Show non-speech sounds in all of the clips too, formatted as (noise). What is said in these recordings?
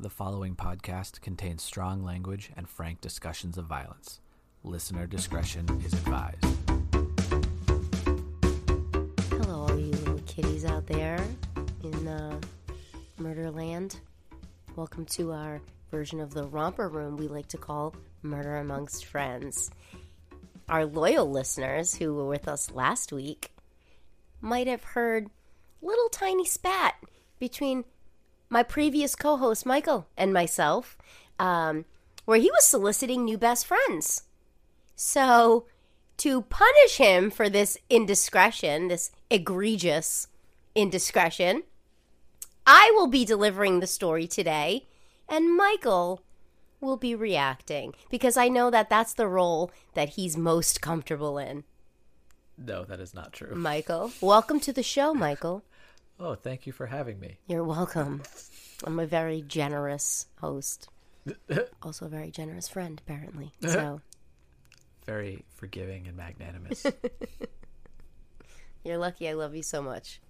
The following podcast contains strong language and frank discussions of violence. Listener discretion is advised. Hello, all you little kitties out there in uh, Murderland. Welcome to our version of the romper room we like to call Murder Amongst Friends. Our loyal listeners who were with us last week might have heard little tiny spat between my previous co-host Michael and myself, um, where he was soliciting new best friends. So to punish him for this indiscretion, this egregious indiscretion, I will be delivering the story today, and Michael will be reacting because I know that that's the role that he's most comfortable in. No, that is not true. Michael, welcome to the show, Michael. Oh, thank you for having me. You're welcome. I'm a very generous host. Also, a very generous friend, apparently. So, Very forgiving and (laughs) magnanimous. you're lucky I love you so much.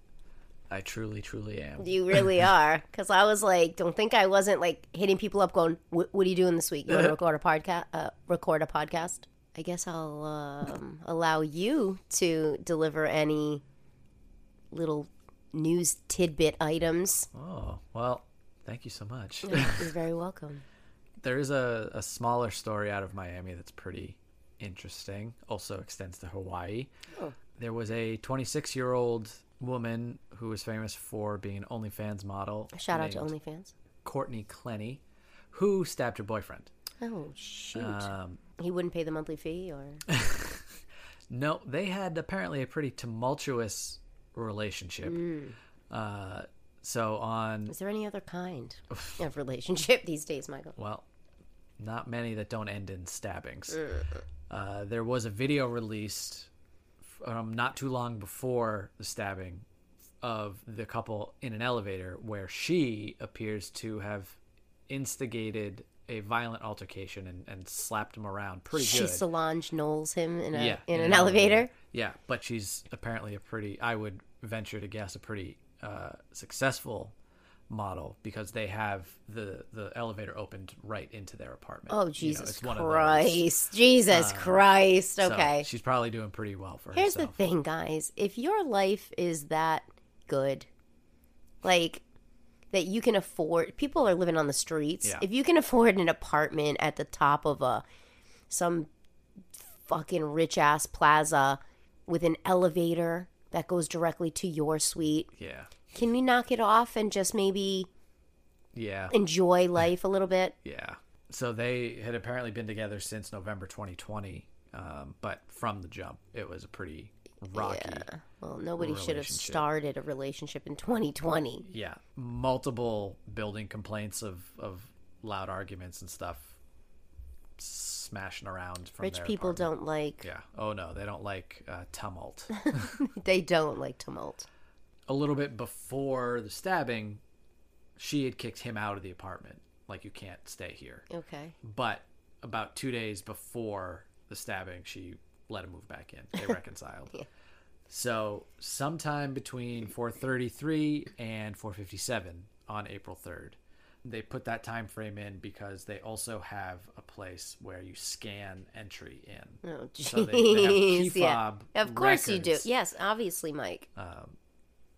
I truly, truly am. You (laughs) really are. Because I was like, don't think I wasn't like hitting people up, going, "Wh- "What are you doing this week? You want to record a podcast? Uh, record a podcast? I guess I'll um, allow you to deliver any little news tidbit (laughs) items. Oh, well, thank you so much. You're very welcome. there is a, a smaller story out of Miami that's pretty interesting, also extends to Hawaii. There was a 26 year old woman who was famous for being an OnlyFans model. Shout out to named OnlyFans. Courtney Clenny, who stabbed her boyfriend. Oh shoot! Um, he wouldn't pay the monthly fee, (laughs) or no, they had apparently a pretty tumultuous relationship. Uh, so on, is there any other kind of relationship (laughs) these days, Michael? well, not many that don't end in stabbings. Uh, there was a video released from not too long before the stabbing of the couple in an elevator where she appears to have instigated a violent altercation and, and slapped him around pretty She good. Solange Knowles him in a yeah, in, an, elevator. Yeah, but she's apparently a pretty. I would venture to guess a pretty uh, successful model because they have the the elevator opened right into their apartment. Oh You know, Jesus it's one of those. Uh, Christ! Jesus Christ! So Okay. she's probably doing pretty well for Here's herself. the thing, guys. If your life is that good, like that you can afford, people are living on the streets. Yeah. If you can afford an apartment at the top of a some fucking rich ass plaza with an elevator that goes directly to your suite, Yeah, can we knock it off and just maybe yeah, enjoy life a little bit? yeah. So they had apparently been together since November 2020, um, but from the jump, it was a pretty rocky. Yeah. Well, nobody should have Relationship. started a relationship in 2020. yeah multiple building complaints of of loud arguments and stuff smashing around from Rich their people apartment. don't like yeah oh no they don't like uh, tumult (laughs) they don't like tumult. a little bit before the stabbing she had kicked him out of the apartment like you can't stay here Okay. but about two days before the stabbing she let him move back in (laughs) they reconciled so sometime between 433 and 457 on april 3rd they put that time frame in because they also have a place where you scan entry in Oh, jeez. (laughs) So they- they have key yeah. fob Of course you do. records. Uh, Yes, obviously, Mike.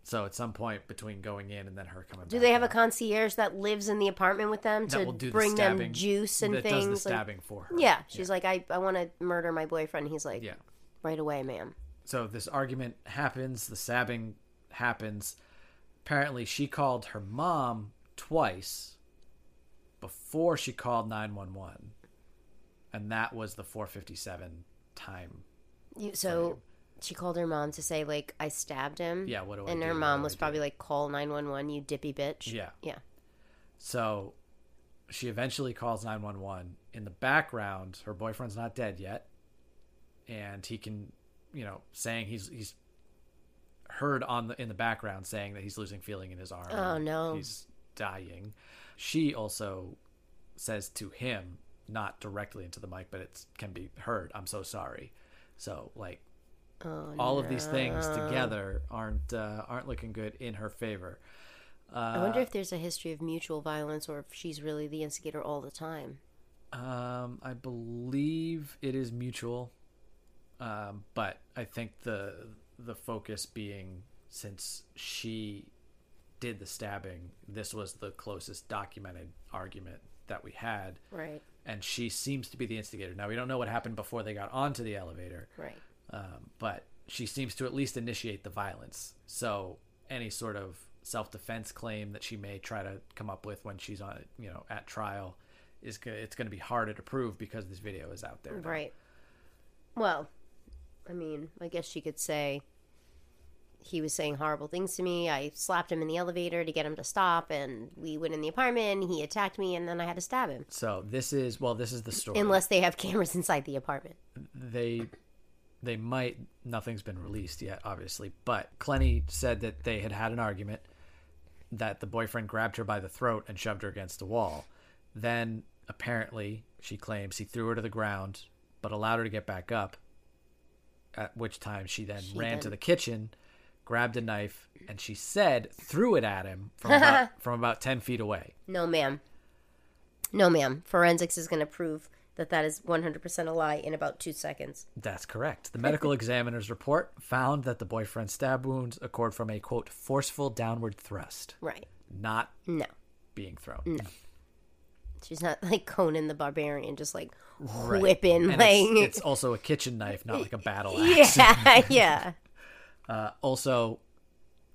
so at some point between going in and then her coming do they have a concierge that lives in the apartment with them that to will do bring the stabbing them juice and that things? does the like- stabbing for her yeah. She's like, I, I want to murder my boyfriend. He's like, yeah right away, ma'am. so this argument happens the stabbing happens apparently she called her mom twice before she called 911 and that was the 457 time You, so she called her mom to say, like, I stabbed him. Yeah, what do I And her do? What mom do was I do? probably like, call 911, you dippy bitch. Yeah. Yeah. so she eventually calls 911 in the background her boyfriend's not dead yet and he can you know saying he's he's heard on the in the background saying that he's losing feeling in his arm Oh, and no. he's dying she also says to him not directly into the mic but it can be heard i'm so sorry so like Oh, all of these things together aren't uh, aren't looking good in her favor I wonder if there's a history of mutual violence or if she's really the instigator all the time. Um, I believe it is mutual, um, but I think the the focus being since she did the stabbing, this was the closest documented argument that we had, Right. and she seems to be the instigator. Now we don't know what happened before they got onto the elevator, Right. um, but she seems to at least initiate the violence. So any sort of self-defense claim that she may try to come up with when she's on, you know, at trial, is go- it's going to be harder to prove because this video is out there. now. Right. Well, I mean, I guess she could say he was saying horrible things to me. I slapped him in the elevator to get him to stop, and we went in the apartment. and He attacked me, and then I had to stab him. So this is well, this is the story. Unless they have (laughs) cameras inside the apartment. they they might nothing's been released yet obviously but clenny said that they had had an argument that the boyfriend grabbed her by the throat and shoved her against the wall then apparently she claims he threw her to the ground but allowed her to get back up at which time she then ran to then- the kitchen grabbed a knife and she said threw it at him from about, from about 10 feet away No, ma'am. No, ma'am. Forensics is going to prove that that is 100% a lie in about two seconds. That's correct. The (laughs) medical examiner's report found that the boyfriend's stab wounds occurred from a quote forceful downward thrust, Right. not No. being thrown. Mm. She's not like Conan the Barbarian, just like Right. whipping. And like, it's, it's also a kitchen knife, not like a battle axe. (laughs) yeah, yeah. Uh, also,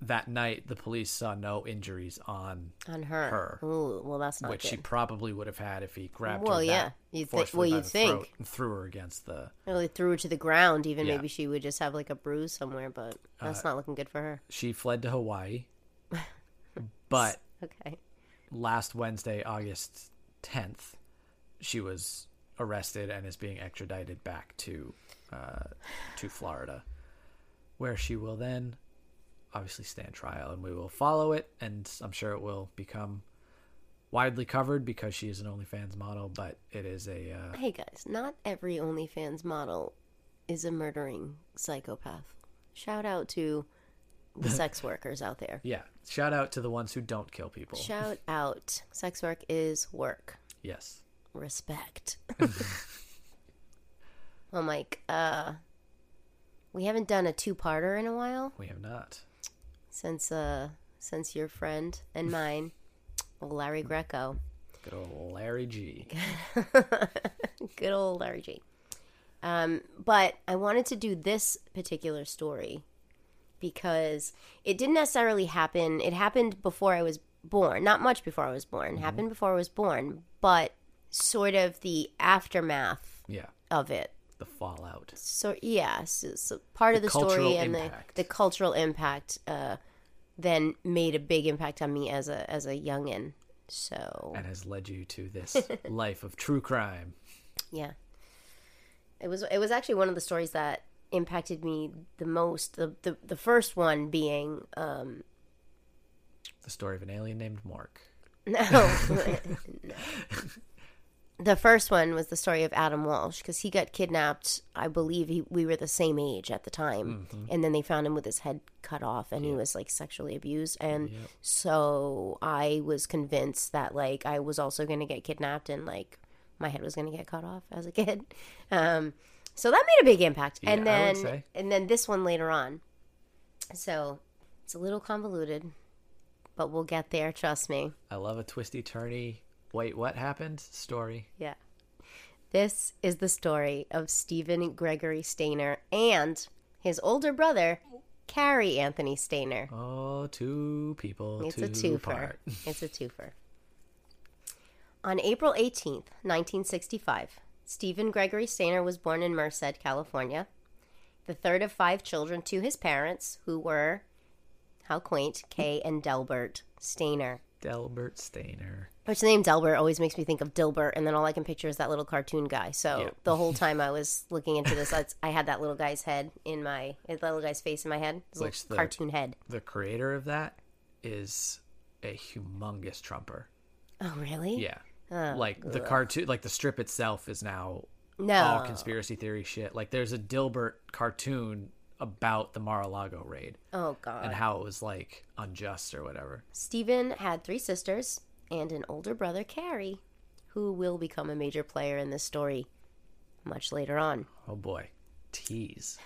that night the police saw no injuries on, On her. Her. Ooh, well, that's not which good. she probably would have had if he grabbed Well, her. yeah. that You'd thi- forcefully well, by you'd the think. throat and threw her against the. Really threw her to the ground. Even Yeah. maybe she would just have like a bruise somewhere, but that's not looking good for her. She fled to (laughs) Hawaii, but Okay. last Wednesday, August 10th, she was arrested and is being extradited back to uh, to Florida, where she will then obviously stand trial, and we will follow it, and I'm sure it will become widely covered because she is an OnlyFans model, but it is a uh, Hey guys, not every OnlyFans model is a murdering psychopath. Shout out to (laughs) the sex workers out there. yeah. Shout out to the ones who don't kill people. Shout out. Sex work is work. yes. (laughs) Respect. well, Mike, uh, we haven't done a two-parter in a while. We have not. since uh since your friend and mine larry greco Good old Larry G. good old larry g um but i wanted to do this particular story because it didn't necessarily happen it happened before i was born not much before i was born Mm-hmm. happened before i was born but sort of the aftermath Yeah. of it The fallout. so yeah so, so part of The the story cultural and the, impact. the cultural impact uh, then made a big impact on me as a as a youngin so And has led you to this (laughs) life of true crime. yeah it was it was actually one of the stories that impacted me the most the the, the first one being um The story of an alien named Mark. no, no. (laughs) the first one was the story of adam walsh because he got kidnapped i believe he, we were the same age at the time Mm-hmm. and then they found him with his head cut off and he was like sexually abused and so i was convinced that like i was also going to get kidnapped and like my head was going to get cut off as a kid (laughs) um, so that made a big impact and Yeah, I then would say. and then this one later on so it's a little convoluted but we'll get there trust me I love a twisty turny. Wait, what happened? Story. Yeah. This is the story of Stephen Gregory Stainer and his older brother, Carrie Anthony Stainer. Oh, two people. It's two a twofer. Part. (laughs) It's a twofer. On April 18th, 1965, Stephen Gregory Stainer was born in Merced, California, the third of five children to his parents, who were, how quaint, Kay and Delbert Stainer. Delbert Stainer. Which the name Delbert always makes me think of Dilbert, and then all I can picture is that little cartoon guy. So Yeah. the whole time I was looking into this, I, I had that little guy's head in my, that little guy's face in my head, his Which little the- cartoon head. The creator of that is a humongous trumper. Oh, really? Yeah. like the cartoon, like the strip itself is now No. Oh, Oh. all conspiracy theory shit. Like there's a Dilbert cartoon about the Mar-a-Lago raid Oh God. and how it was like unjust or whatever. Stephen had three sisters and an older brother, Carrie, who will become a major player in this story much later on. Oh boy, (laughs) tease.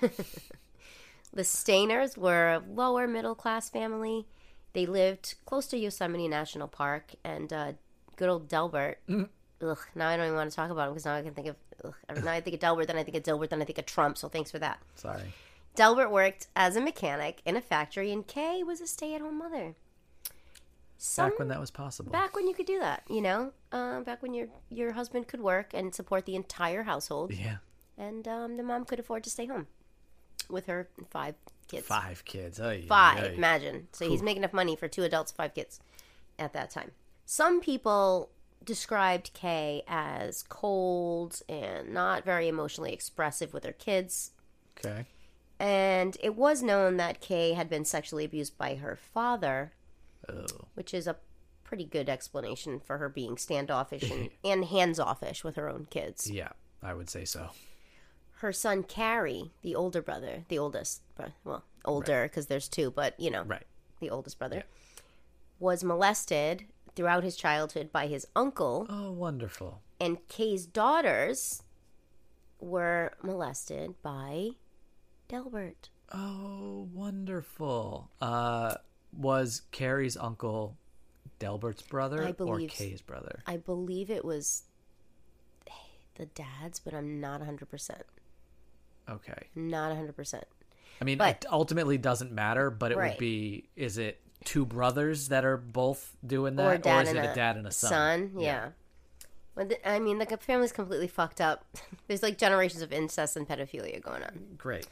The Stainers were a lower middle class family. They lived close to Yosemite National Park, and uh, good old Delbert. Mm. Ugh, now I don't even want to talk about him because now I can think of. Ugh, every- now I think of Delbert, then I think of Dilbert, then I think of Trump, so thanks for that. Sorry. Delbert worked as a mechanic in a factory, and Kay was a stay at home mother. Some- Back when that was possible. back when you could do that, you know, uh, back when your your husband could work and support the entire household, Yeah. and um, the mom could afford to stay home with her five kids. Five kids. Oh, Five, imagine. So he's making enough money for two adults, five kids, at that time. Some people described Kay as cold and not very emotionally expressive with her kids. Okay. And it was known that Kay had been sexually abused by her father, Oh. which is a pretty good explanation for her being standoffish and, and hands offish with her own kids. Yeah, I would say so. Her son Carrie, the older brother, the oldest, bro- well, older because there's two, but you know, Right. the oldest brother, was molested throughout his childhood by his uncle, Oh, wonderful. and Kay's daughters were molested by Delbert. Oh, wonderful. Uh, was Carrie's uncle Delbert's brother I or believe s- Kay's brother? I believe it was the dad's, but I'm not 100%. Okay. Not 100%. I mean, But- it ultimately doesn't matter, but it Right. would be is it two brothers that are both doing that? or dad is and it a a dad and a son? yeah. But the, I mean, like a family's completely fucked up. (laughs) There's like generations of incest and pedophilia going on. Great.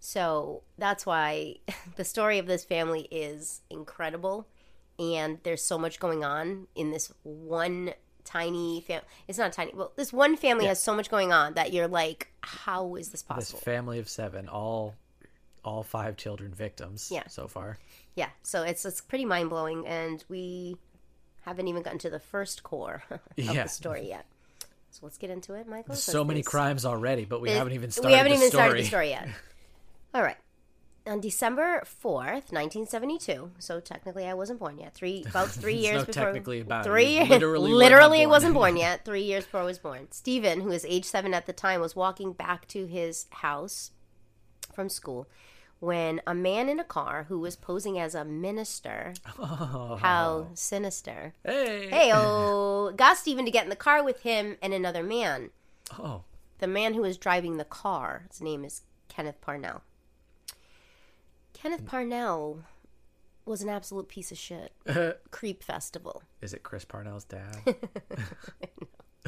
So that's why (laughs) the story of this family is incredible, and there's so much going on in this one tiny family. It's not tiny. Well, this one family has so much going on that you're like, how is This this possible? family of seven, all all five children victims Yeah. so far. yeah. So it's it's pretty mind blowing, and we haven't even gotten to the first core (laughs) of Yeah. the story yet. So let's get into it, Michael. So many crimes. crimes already, but we It- haven't even started we haven't the even story. started the story (laughs) yet. All right. On December fourth, nineteen seventy-two. So technically, I wasn't born yet. (laughs) Three about three There's years no before. technically about it. three You literally were not literally born. (laughs) wasn't born yet. Three years before I was born. Stephen, who was age seven at the time, was walking back to his house from school when a man in a car who was posing as a minister. How (laughs) sinister! Oh. Hey. Hey, oh, got Stephen to get in the car with him and another man Oh. the man who was driving the car, his name is Kenneth Parnell. Kenneth Parnell was an absolute piece of shit. Creep Festival. Is it Chris Parnell's dad? (laughs)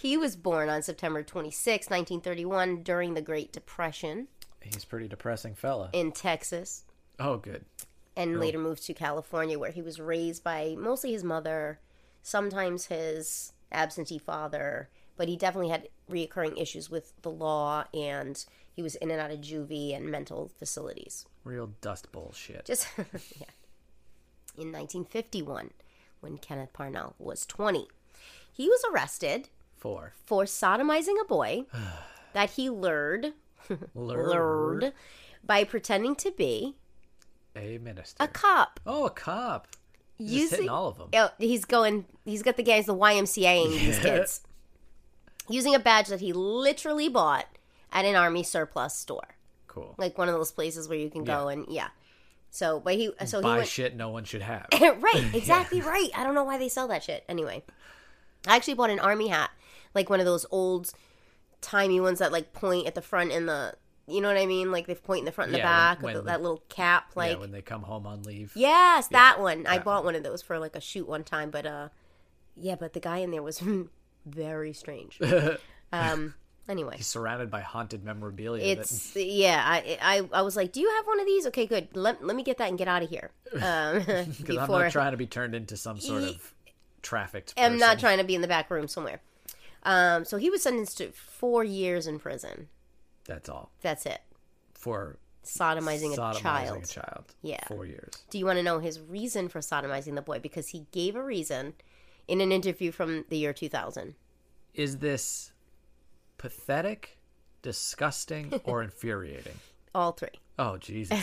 He was born on September 26, 1931, during the Great Depression He's a pretty depressing fella. in Texas, Oh, good. and later moved to California, where he was raised by mostly his mother, sometimes his absentee father, but he definitely had reoccurring issues with the law, and he was in and out of juvie and mental facilities. Real dust bullshit. Just (laughs) yeah. In 1951, when Kenneth Parnell was 20, he was arrested Four. for sodomizing a (sighs) boy that he lured, Lured lured by pretending to be a minister. a cop. oh, a cop. He's just hitting all of them. Oh, he's going. He's got the guys, (laughs) the YMCAing these Yeah. kids, using a badge that he literally bought at an army surplus store, Cool. like one of those places where you can go and yeah. So, but he so he Buy went, shit no one should have. (laughs) right, exactly right. I don't know why they sell that shit. Anyway, I actually bought an army hat, like one of those old timey ones that like point at the front and the, you know what I mean? Like they point in the front and the Yeah, when- back with when- that little cap. (laughs) Like, yeah, when they come home on leave. yes, that one. I bought one of those for like a shoot one time, but uh, yeah, but the guy in there was (laughs) (laughs) very strange. um, anyway. He's surrounded by haunted memorabilia. that, It's yeah. I, I I was like, do you have one of these? Okay, good. Let, let me get that and get out of here. (laughs) Um, (laughs) because (laughs) I'm before- not trying to be turned into some sort Ye- of trafficked person. I'm not trying to be in the back room somewhere. Um, so he was sentenced to four years in prison. That's all. That's it. For sodomizing Sodomizing, a child. a child. Yeah. Four years. Do you want to know his reason for sodomizing the boy? Because he gave a reason in an interview from the year 2000. Is this pathetic, disgusting, or infuriating? All three. Oh Jesus!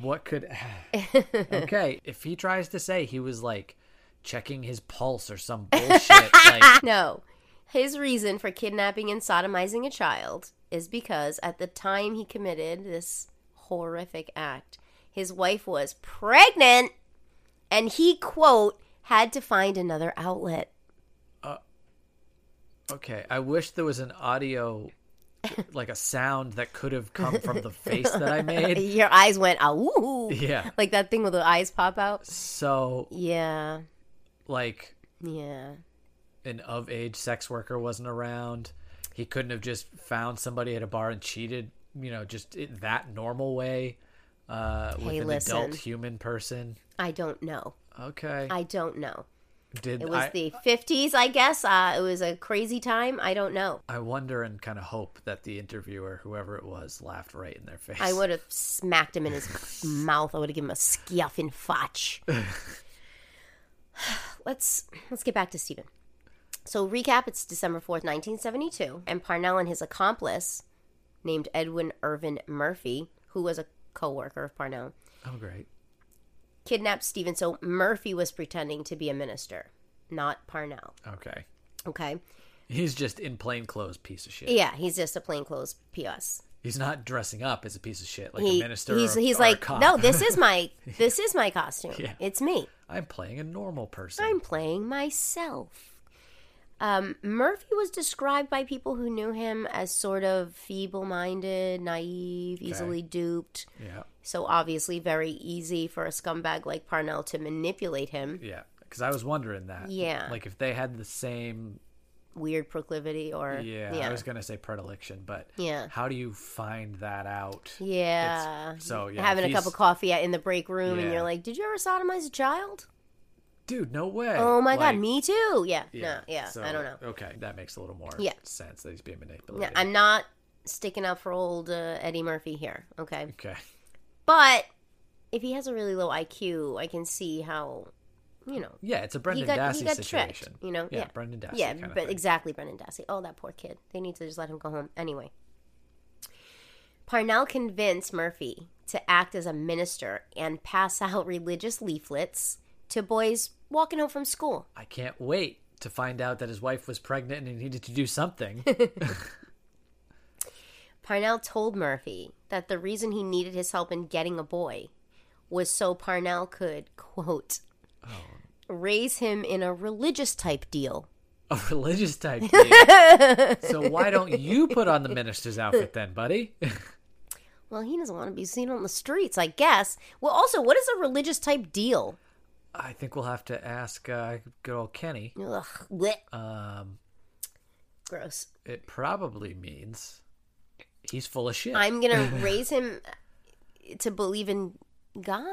what could? (sighs) okay, if he tries to say he was like checking his pulse or some bullshit, (laughs) like No. His reason for kidnapping and sodomizing a child is because at the time he committed this horrific act, his wife was pregnant and he, quote, had to find another outlet. okay, I wish there was an audio, like a sound that could have come from the face that (laughs) I made. Your eyes went, ooh. Yeah. Like that thing where the eyes pop out. So Yeah. like Yeah. an of age sex worker wasn't around. He couldn't have just found somebody at a bar and cheated, you know, just in that normal way uh, with Hey, an listen. adult human person. I don't know. Okay. I don't know. Did It was I, the 50s, I guess. Uh, it was a crazy time. I don't know. I wonder and kind of hope that the interviewer, whoever it was, laughed right in their face. I would have smacked him (laughs) in his mouth. I would have given him a skiff in fotch. (sighs) let's let's get back to Stephen. So recap: It's December fourth, nineteen seventy-two, and Parnell and his accomplice, named Edwin Irvin Murphy, who was a co-worker of Parnell, Oh, great. kidnapped Stephen. So Murphy was pretending to be a minister, not Parnell. Okay. Okay, He's just in plain clothes, piece of shit. yeah, he's just a plainclothes pos. He's not dressing up as a piece of shit like He- a minister. he's or, he's or a like, cop. no, this (laughs) is my (laughs) this is my costume. Yeah. It's me. I'm playing a normal person. I'm playing myself. Um, Murphy was described by people who knew him as sort of feeble minded, naive, easily duped. Yeah, So, obviously, very easy for a scumbag like Parnell to manipulate him. yeah. Because I was wondering that. Yeah. Like if they had the same Weird proclivity, or. Yeah, Yeah. I was gonna say predilection, but Yeah. how do you find that out? Yeah. It's- so, yeah, Having if a cup he's- of coffee in the break room, and Yeah. you're like, did you ever sodomize a child? Dude, no way. Oh my Like, God, me too. Yeah. No, yeah. so, I don't know. Okay, that makes a little more Yeah. sense that he's being Yeah, manipulated. I'm not sticking up for old uh, Eddie Murphy here. Okay. Okay, But if he has a really low IQ, I can see how, you know, yeah, it's a Brendan got- he Dassey got tricked, situation. you know? yeah, Yeah. Brendan Dassey. yeah, kind of but thing. exactly, Brendan Dassey. Oh, that poor kid. They need to just let him go home anyway. Parnell convinced Murphy to act as a minister and pass out (laughs) religious leaflets to boys walking home from school. I can't wait to find out that his wife was pregnant and he needed to do (laughs) something. Parnell told Murphy that the reason he needed his help in getting a boy was so Parnell could, quote, raise him in a religious type deal. a religious (laughs) type deal. so why don't you put on the minister's outfit then, buddy? (laughs) Well, he doesn't want to be seen on the streets, I guess. Well, also, what is a religious type deal? I think we'll have to ask uh, good old Kenny. Ugh, bleh. Um, gross. It probably means he's full of shit. i I'm (laughs) gonna raise him to believe in God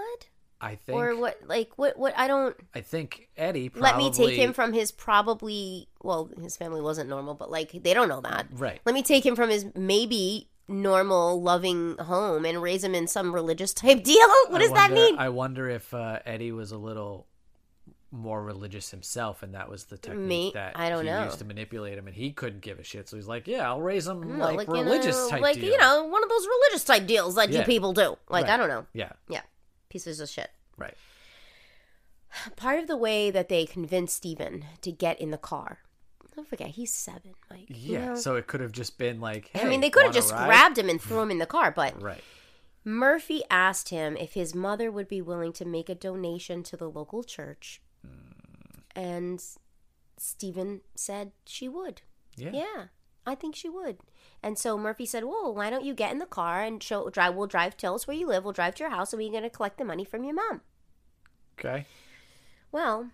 think. or what? Like what? What? I don't. I think Eddie. Probably, Let me take him from his probably. Well, his family wasn't normal, but like they don't know that. Right. Let me take him from his maybe normal, loving home and raise him in some religious type deal. (laughs) What I does that wonder- mean? I wonder if uh, Eddie was a little more religious himself, and that was the technique Me- that I don't he know. used to manipulate him, and he couldn't give a shit. So he's like, "Yeah, I'll raise him No, like, in a- religious type Mm, Hmm, like deal." you know, one of those religious type deals that you Yeah. people do. Like I Right. don't know. Yeah. Yeah, pieces of shit. Right. Part of the way that they convinced Steven to get in the car. Don't forget, he's seven, Mike. you Yeah. know? So it could have just been like, I mean, "Hey, they could have wanna just ride?" grabbed him and threw him in the car, but Right. Murphy asked him if his mother would be willing to make a donation to the local church. And Stephen said she would. Yeah. Yeah, I think she would. And so Murphy said, "Well, why don't you get in the car and show drive? We'll drive. Tell us where you live. We'll drive to your house, and we're going to collect the money from your mom." Okay. Well,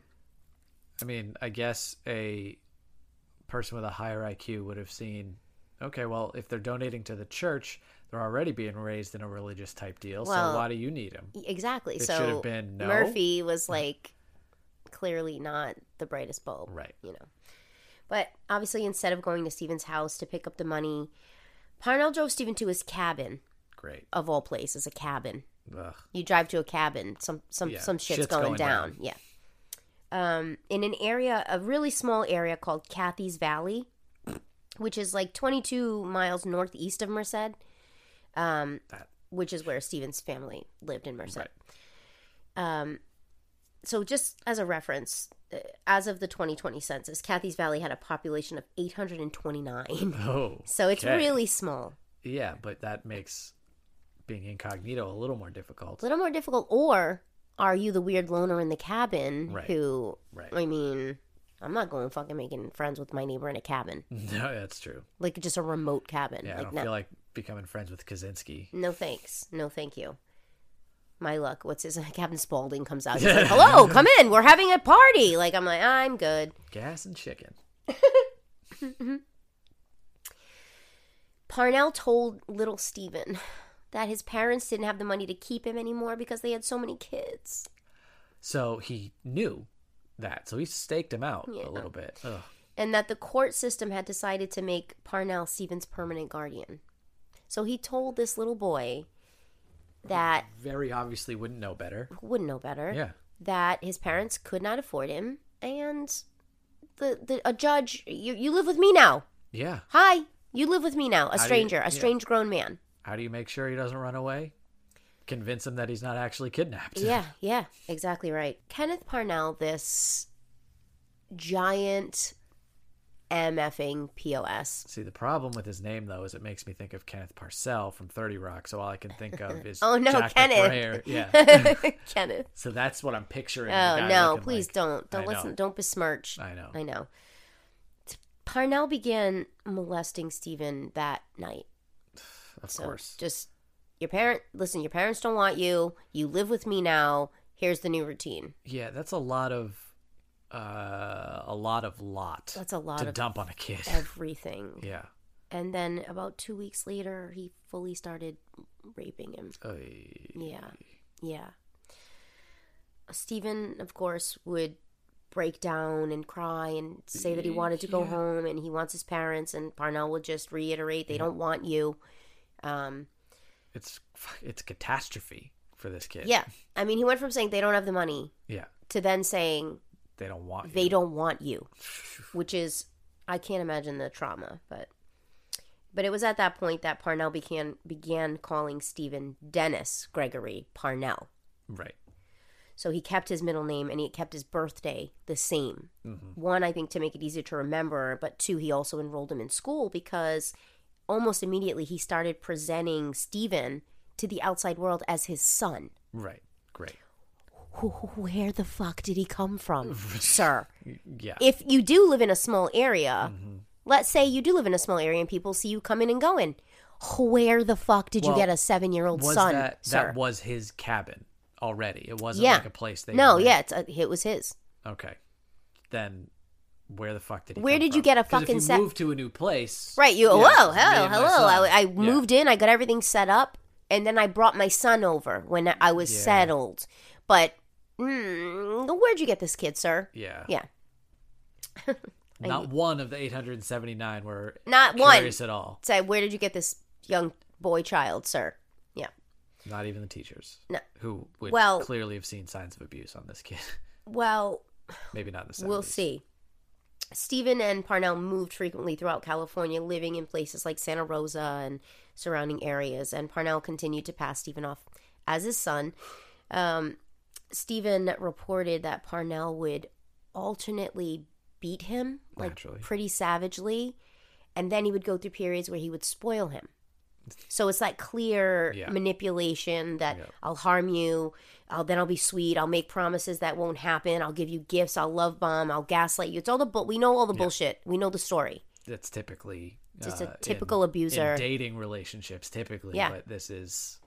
I mean, I guess a person with a higher IQ would have seen, okay, well, if they're donating to the church, they're already being raised in a religious type deal. Well, so why do you need them? y- e, exactly. It so should have been no. Murphy was like clearly not the brightest bulb, Right. You know. But obviously, instead of going to Stephen's house to pick up the money, Parnell drove Stephen to his cabin. Great. Of all places, a cabin. Ugh. you drive to a cabin some some Yeah, some shit's, shit's going, going down. yeah um in an area a really small area called kathy's valley which is like 22 miles northeast of Merced, um, That- which is where Stephen's family lived in Merced. Right. Um, so, just as a reference, uh, as of the 2020 census, Kathy's Valley had a population of 829. Oh. (laughs) so, it's okay. really small. Yeah, but that makes being incognito a little more difficult. It's a little more difficult. Or are you the weird loner in the cabin Right. who, Right. I mean, I'm not going fucking making friends with my neighbor in a cabin, (laughs) No, that's true. like just a remote cabin. Yeah, I like, don't no, feel like becoming friends with Kaczynski. no thanks. No, thank you. My luck. What's his (laughs) Captain Spaulding comes out. He's (laughs) like, hello, come in. We're having a party. Like, I'm like, I'm good. Gas and chicken. Parnell told little Stephen that his parents didn't have the money to keep him anymore because they had so many kids. So he knew that. So he staked him out Yeah. a little bit. Ugh. and that the court system had decided to make Parnell Stevens permanent guardian. So he told this little boy that Very obviously wouldn't know better. who wouldn't know better Yeah. that his parents could not afford him and the, the a judge you, you live with me now. Yeah. Hi, you live with me now, do a you- stranger, yeah. a strange grown man. How do you make sure he doesn't run away? Convince him that he's not actually kidnapped. Yeah, yeah, exactly right. Kenneth Parnell, this giant MFing POS (laughs) See, the problem with his name though is it makes me think of Kenneth Parcell from Thirty Rock. So all I can think (laughs) of is Oh, no, Jack Kenneth. McBrayer. (laughs) Yeah. Kenneth. so that's what I'm picturing. the Oh guy no! looking Please like. don't I don't know. listen. Don't besmirch. I know. I know. Parnell began molesting Stephen that night. Of So course. just your parent. Listen, your parents don't want you. You live with me now. Here's the new routine. Yeah, that's a lot of uh a lot of lot. That's a lot to of dump on a kid. everything. (laughs) yeah. And then about two weeks later, he fully started raping him. Oy. Yeah. Yeah. Stephen, of course, would break down and cry and say that he wanted to go Yeah. home and he wants his parents. And Parnell would just reiterate, they don't want you. Um, It's it's catastrophe for this kid. yeah. I mean, he went from saying they don't have the money Yeah. to then saying They don't want they you. don't want you, which is, I can't imagine the trauma, but. But it was at that point that Parnell began began calling Stephen Dennis Gregory Parnell. Right. So he kept his middle name and he kept his birthday the same. One, I think, to make it easier to remember, but two, he also enrolled him in school because almost immediately he started presenting Stephen to the outside world as his son. Right. Great. Wh- Where the fuck did he come from, sir? Yeah. If you do live in a small area, Mm-hmm. let's say you do live in a small area and people see you coming and going, where the fuck did Well, you get a seven year old was son, that sir? that was his cabin already? It wasn't Yeah. like a place they no, rented. yeah, it's, uh, it was his. Okay. Then where the fuck did he Where come did from? you get a 'Cause fucking if you sa- move to a new place? Right. You. yeah, whoa. it's me Hello. and my Hello. son. I, I Yeah. moved in. I got everything set up, and then I brought my son over when I was Yeah. settled. But mm, where'd you get this kid, sir? Yeah. Yeah. Not one of the 879 were Not one. curious at all. Say, where did you get this young boy child, sir? Yeah. Not even the teachers. No. Who would Well- clearly have seen signs of abuse on this kid. (laughs) Well, Maybe not in the 70s. we'll see. Stephen and Parnell moved frequently throughout California, living in places like Santa Rosa and surrounding areas. And Parnell continued to pass Stephen off as his son. Um, Stephen reported that Parnell would alternately beat him, like Naturally. pretty savagely, and then he would go through periods where he would spoil him. So it's that clear Yeah. manipulation that Yeah. I'll harm you, I'll then I'll be sweet, I'll make promises that won't happen, I'll give you gifts, I'll love bomb, I'll gaslight you. It's all the bu- we know all the bullshit. We know the story. That's typically Just uh, a in- typical abuser. in dating relationships typically, Yeah. but this is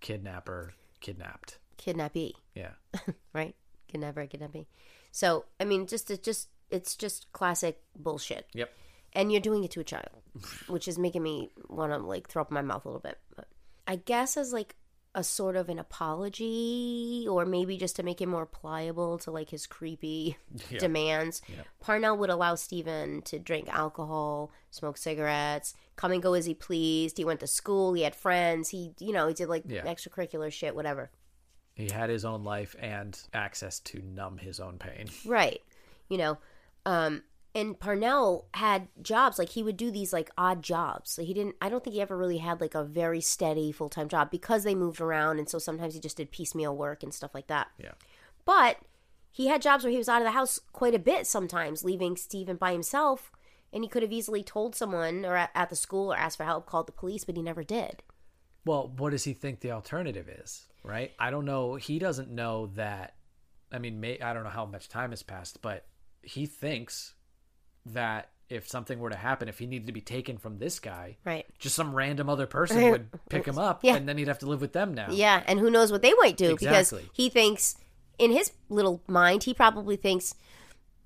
kidnapper kidnapped. kidnappee, Yeah. right? Kidnapper, kidnappee. So, I mean, just it just it's just classic bullshit. Yep. and you're doing it to a child, which is making me want to like throw up my mouth a little bit. But I guess as like a sort of an apology, or maybe just to make him more pliable to like his creepy (laughs) Yeah. demands, Yeah. Parnell would allow Stephen to drink alcohol, smoke cigarettes, come and go as he pleased. He went to school, he had friends, he you know he did like Yeah. extracurricular shit, whatever. He had his own life and access to numb his own pain. Right. You know, um, and Parnell had jobs like he would do these like odd jobs. So he didn't I don't think he ever really had like a very steady full-time job because they moved around and so sometimes he just did piecemeal work and stuff like that. Yeah. But he had jobs where he was out of the house quite a bit sometimes, leaving Steven by himself and he could have easily told someone or at, at the school or asked for help, called the police, but he never did. Well, what does he think the alternative is, right? I don't know. He doesn't know that. I mean, may, I don't know how much time has passed, but he thinks that if something were to happen, if he needed to be taken from this guy, Right. just some random other (laughs) person would pick him up, Yeah. and then he'd have to live with them now. Yeah, and who knows what they might do Exactly. because he thinks in his little mind he probably thinks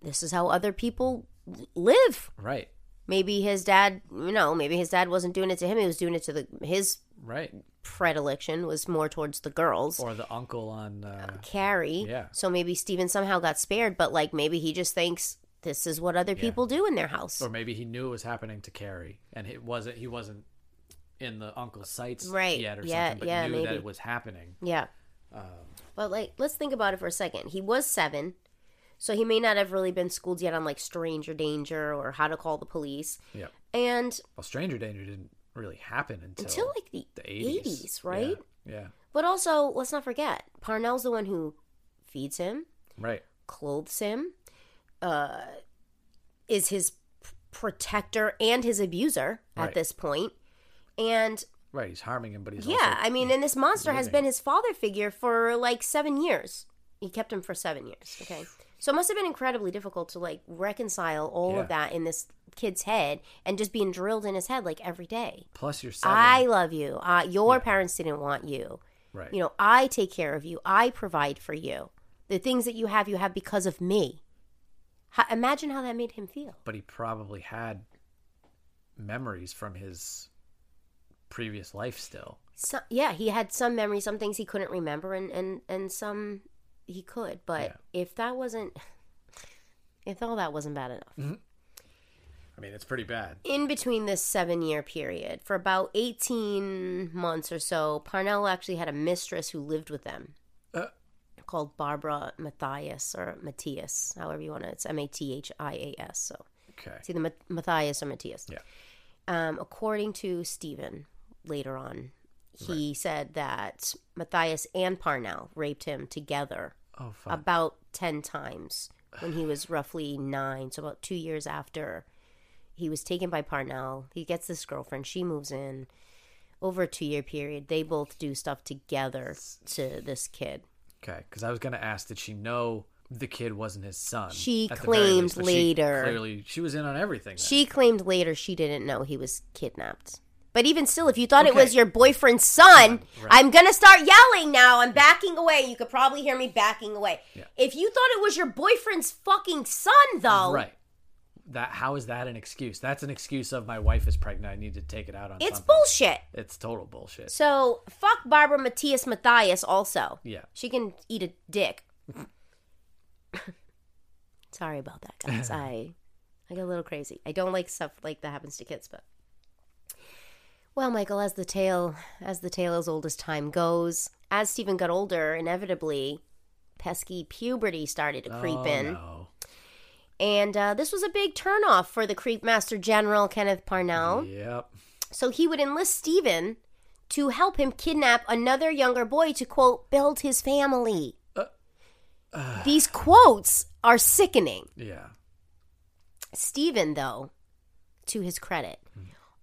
this is how other people l- live. Right. Maybe his dad, you know, maybe his dad wasn't doing it to him, he was doing it to the his Right. predilection was more towards the girls. Or the uncle on. Uh, Carrie. Yeah. So maybe Steven somehow got spared, but like maybe he just thinks this is what other people do in their house. or maybe he knew it was happening to Carrie, and it wasn't. He wasn't in the uncle's sights Right. yet, or Yeah, something, but yeah, knew that maybe. it was happening. Yeah. Um, but like, let's think about it for a second. He was seven, so he may not have really been schooled yet on like stranger danger or how to call the police. Yeah. And Well, Stranger Danger didn't really happen until, until like the, the 80s. 80s, right? Yeah. yeah. But also, let's not forget, Parnell's the one who feeds him, Right. clothes him, uh, is his p- protector and his abuser at Right. this point. And Right. He's harming him, but he's Yeah, also I mean, and this monster has living. been his father figure for like seven years. He kept him for seven years. Okay, so it must have been incredibly difficult to like reconcile all of Yeah. that in this kid's head and just being drilled in his head like every day. plus you're seven. I love you. Uh, your parents didn't want you. right. You know, I take care of you. I provide for you. The things that you have, you have because of me. How, imagine how that made him feel. but he probably had memories from his previous life still. So, yeah, he had some memories, some things he couldn't remember, and and and some he could. But Yeah. if that wasn't, (laughs) if all that wasn't bad enough, Mm-hmm. I mean, it's pretty bad. in between this seven-year period, for about eighteen months or so, Parnell actually had a mistress who lived with them, Uh. called Barbara Matthias or Matthias, however you want to. It's M A T H I A S. So Okay. it's either Mat- Matthias or Matthias. Yeah. Um, according to Stephen, later on, he said that Matthias and Parnell raped him together Oh fuck. about ten times when he was roughly nine, so about two years after he was taken by Parnell. He gets this girlfriend. She moves in. Over a two-year period, they both do stuff together to this kid. Okay, because I was gonna ask, did she know the kid wasn't his son? She at the very claimed but later. She clearly, she was in on everything. Then. She claimed later she didn't know he was kidnapped. But even still, if you thought it Okay. was your boyfriend's son, Right. I'm going to start yelling now. I'm backing away. You could probably hear me backing away. Yeah. If you thought it was your boyfriend's fucking son, though, right. That how is that an excuse? That's an excuse of my wife is pregnant. I need to take it out on. it's something. bullshit. It's total bullshit. So fuck Barbara Matthias Matthias also. Yeah. She can eat a dick. (laughs) Sorry about that, guys. I I get a little crazy. I don't like stuff like that happens to kids, but well, Michael, as the tale as the tale as old as time goes, as Stephen got older, inevitably pesky puberty started to creep Oh, in, no. and uh, this was a big turnoff for the creep master general Kenneth Parnell. Yep. So he would enlist Stephen to help him kidnap another younger boy to, quote, build his family. Uh, These quotes are sickening. Yeah. Stephen, though, to his credit,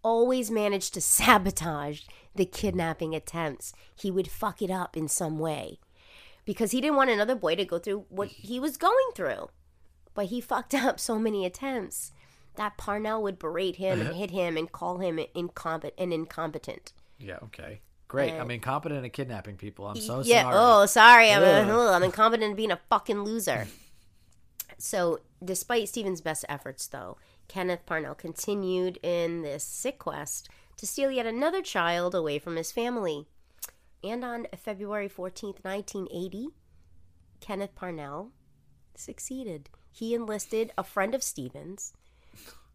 always managed to (laughs) sabotage the kidnapping attempts. He would fuck it up in some way because he didn't want another boy to go through what he was going through. But he fucked (laughs) up so many attempts that Parnell would berate him and hit him and call him incompet- an incompetent. Yeah. Okay. Great. I'm incompetent at kidnapping people. I'm so yeah. sorry. Oh, sorry. I'm, Ugh. a, ugh, I'm incompetent at being a fucking loser. so, despite Stephen's best efforts, though, Kenneth Parnell continued in this sick quest to steal yet another child away from his family. And on February 14th, 1980, Kenneth Parnell succeeded. He enlisted a friend of Stephen's,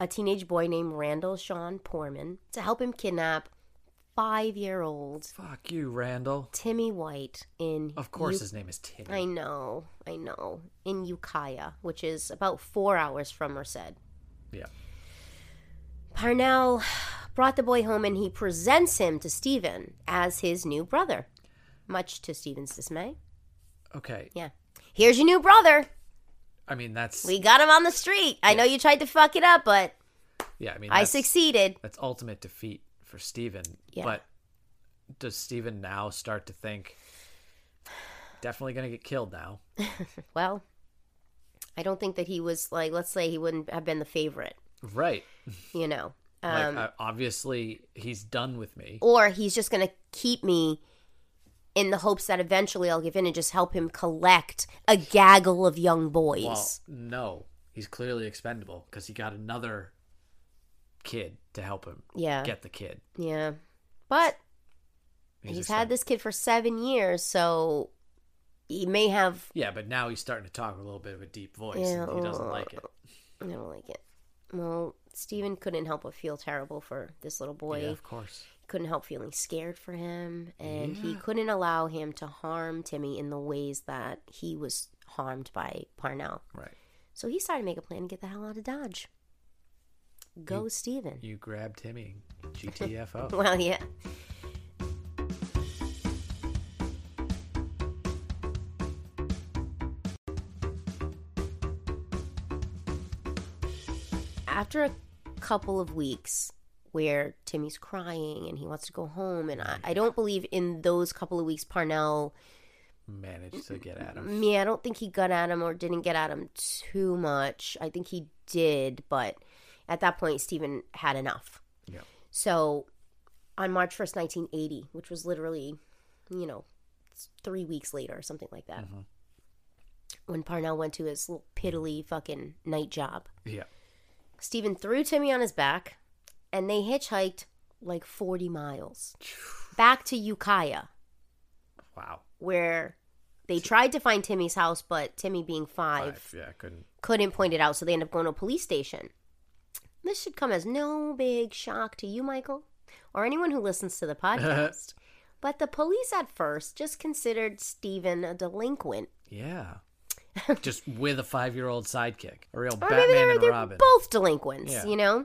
a teenage boy named Randall Sean Poorman, to help him kidnap five year old Fuck you, Randall. Timmy White in Of course, his name is Timmy. I know, I know. In Ukiah, which is about four hours from Merced. Yeah. Parnell brought the boy home and he presents him to Stephen as his new brother, much to Stephen's dismay. Okay. Yeah. Here's your new brother. I mean, that's We got him on the street. I know you tried to fuck it up, but yeah. I mean, I that's, succeeded. that's ultimate defeat for Steven. Yeah. But does Steven now start to think definitely going to get killed now? Well, I don't think that he was like, let's say he wouldn't have been the favorite, Right. you know. Like Um, I, obviously he's done with me. or he's just going to keep me in the hopes that eventually I'll give in and just help him collect a gaggle of young boys. Well, no, he's clearly expendable because he got another kid to help him yeah. get the kid. Yeah. But he's, just had like- this kid for seven years, so he may have. Yeah, but now he's starting to talk with a little bit of a deep voice, and he doesn't like it. I don't like it. Well, Steven couldn't help but feel terrible for this little boy. Yeah, of course. Couldn't help feeling scared for him. And he Yeah. couldn't allow him to harm Timmy in the ways that he was harmed by Parnell. Right. So he started to make a plan to get the hell out of Dodge. Go, Steven. You grabbed Timmy. GTFO. (laughs) Well, yeah. After a couple of weeks where Timmy's crying and he wants to go home, and I, I don't believe in those couple of weeks, Parnell, Managed to get at (laughs) him. yeah, I don't think he got at him or didn't get at him too much. I think he did, but at that point, Steven had enough. Yeah. So on March 1st, 1980, which was literally, you know, three weeks later or something like that, Mhm. when Parnell went to his little piddly fucking night job, Yeah. Steven threw Timmy on his back and they hitchhiked like 40 miles back to Ukiah Wow. where they tried to find Timmy's house, but Timmy, being five, Five. Yeah, I couldn't. couldn't point it out, so they end up going to a police station. This should come as no big shock to you, Michael, or anyone who (laughs) listens to the podcast. but the police at first just considered Steven a delinquent. Yeah. Just with a five-year-old sidekick, a real Or Batman maybe they were and they're Robin. both delinquents, Yeah. you know?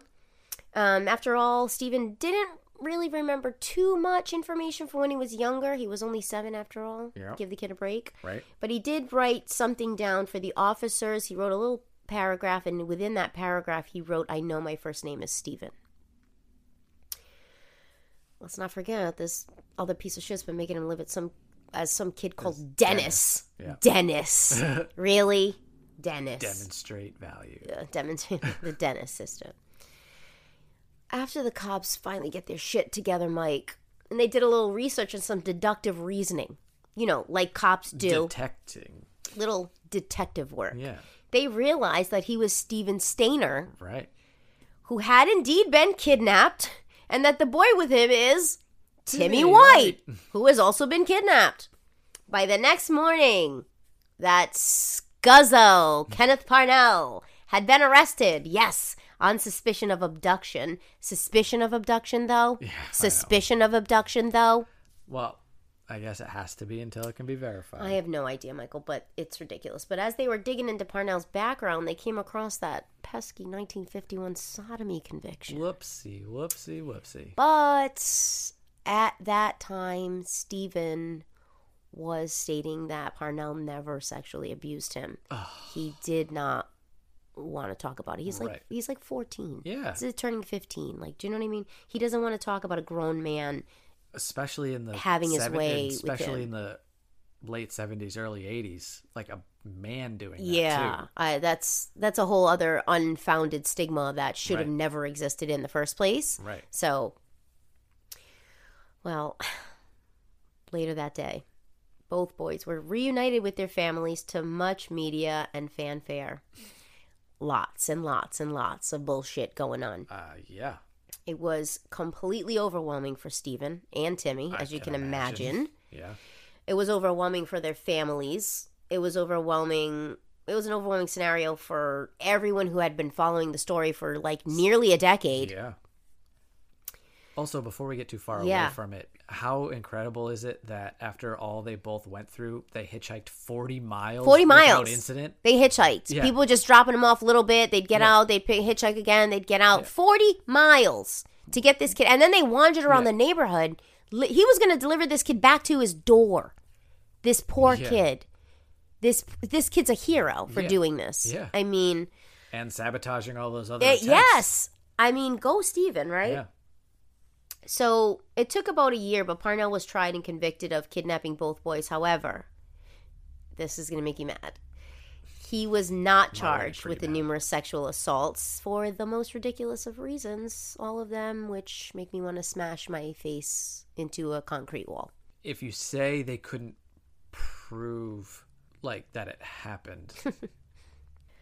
Um, after all, Steven didn't really remember too much information from when he was younger. He was only seven after all. Yeah. Give the kid a break. Right. But he did write something down for the officers. He wrote a little paragraph, and within that paragraph, he wrote, I know my first name is Steven. Let's not forget this other piece of shit's been making him live at some as some kid called Dennis. Dennis, Dennis. really? Dennis. Demonstrate value. Uh, demonstrate (laughs) the Dennis system. After the cops finally get their shit together, Mike, and they did a little research and some deductive reasoning. You know, like cops do Detecting. little detective work. Yeah. They realized that he was Steven Stainer, Right. who had indeed been kidnapped, and that the boy with him is Timmy, Timmy White, (laughs) who has also been kidnapped. By the next morning, that scuzzo, Kenneth Parnell, had been arrested, yes, on suspicion of abduction. Suspicion of abduction, though? I know. suspicion of abduction, though? Well, I guess it has to be until it can be verified. I have no idea, Michael, but it's ridiculous. But as they were digging into Parnell's background, they came across that pesky 1951 sodomy conviction. Whoopsie, whoopsie, whoopsie. But at that time, Stephen was stating that Parnell never sexually abused him. He did not want to talk about it. He's like Right. he's like 14. Yeah. This is turning 15. Like, do you know what I mean? He doesn't want to talk about a grown man. Especially in the Having his seven- way with especially him. in the late seventies, early eighties, like a man doing that yeah. too. I, that's that's a whole other unfounded stigma that should have Right. never existed in the first place. Right. So, well, (sighs) later that day, both boys were reunited with their families to much media and fanfare. Lots and lots and lots of bullshit going on. Uh yeah. It was completely overwhelming for Stephen and Timmy, I as you can, can imagine. imagine. Yeah. It was overwhelming for their families. It was overwhelming. It was an overwhelming scenario for everyone who had been following the story for like nearly a decade. Yeah. Also, before we get too far Yeah. away from it, how incredible is it that after all they both went through, they hitchhiked 40 miles 40 without miles. incident? They hitchhiked. Yeah. People just dropping them off a little bit. They'd get out. They'd pick, hitchhike again. They'd get out. 40 miles to get this kid. And then they wandered around the neighborhood. Li- He was going to deliver this kid back to his door. This poor Yeah. kid. This this kid's a hero for Yeah. doing this. Yeah. I mean, And sabotaging all those other eh, attempts. yes. I mean, go Steven, right? Yeah. So it took about a year, but Parnell was tried and convicted of kidnapping both boys. However, this is going to make you mad. He was not charged pretty with the mad. numerous sexual assaults for the most ridiculous of reasons, all of them which make me want to smash my face into a concrete wall. If you say they couldn't prove like that it (laughs) happened.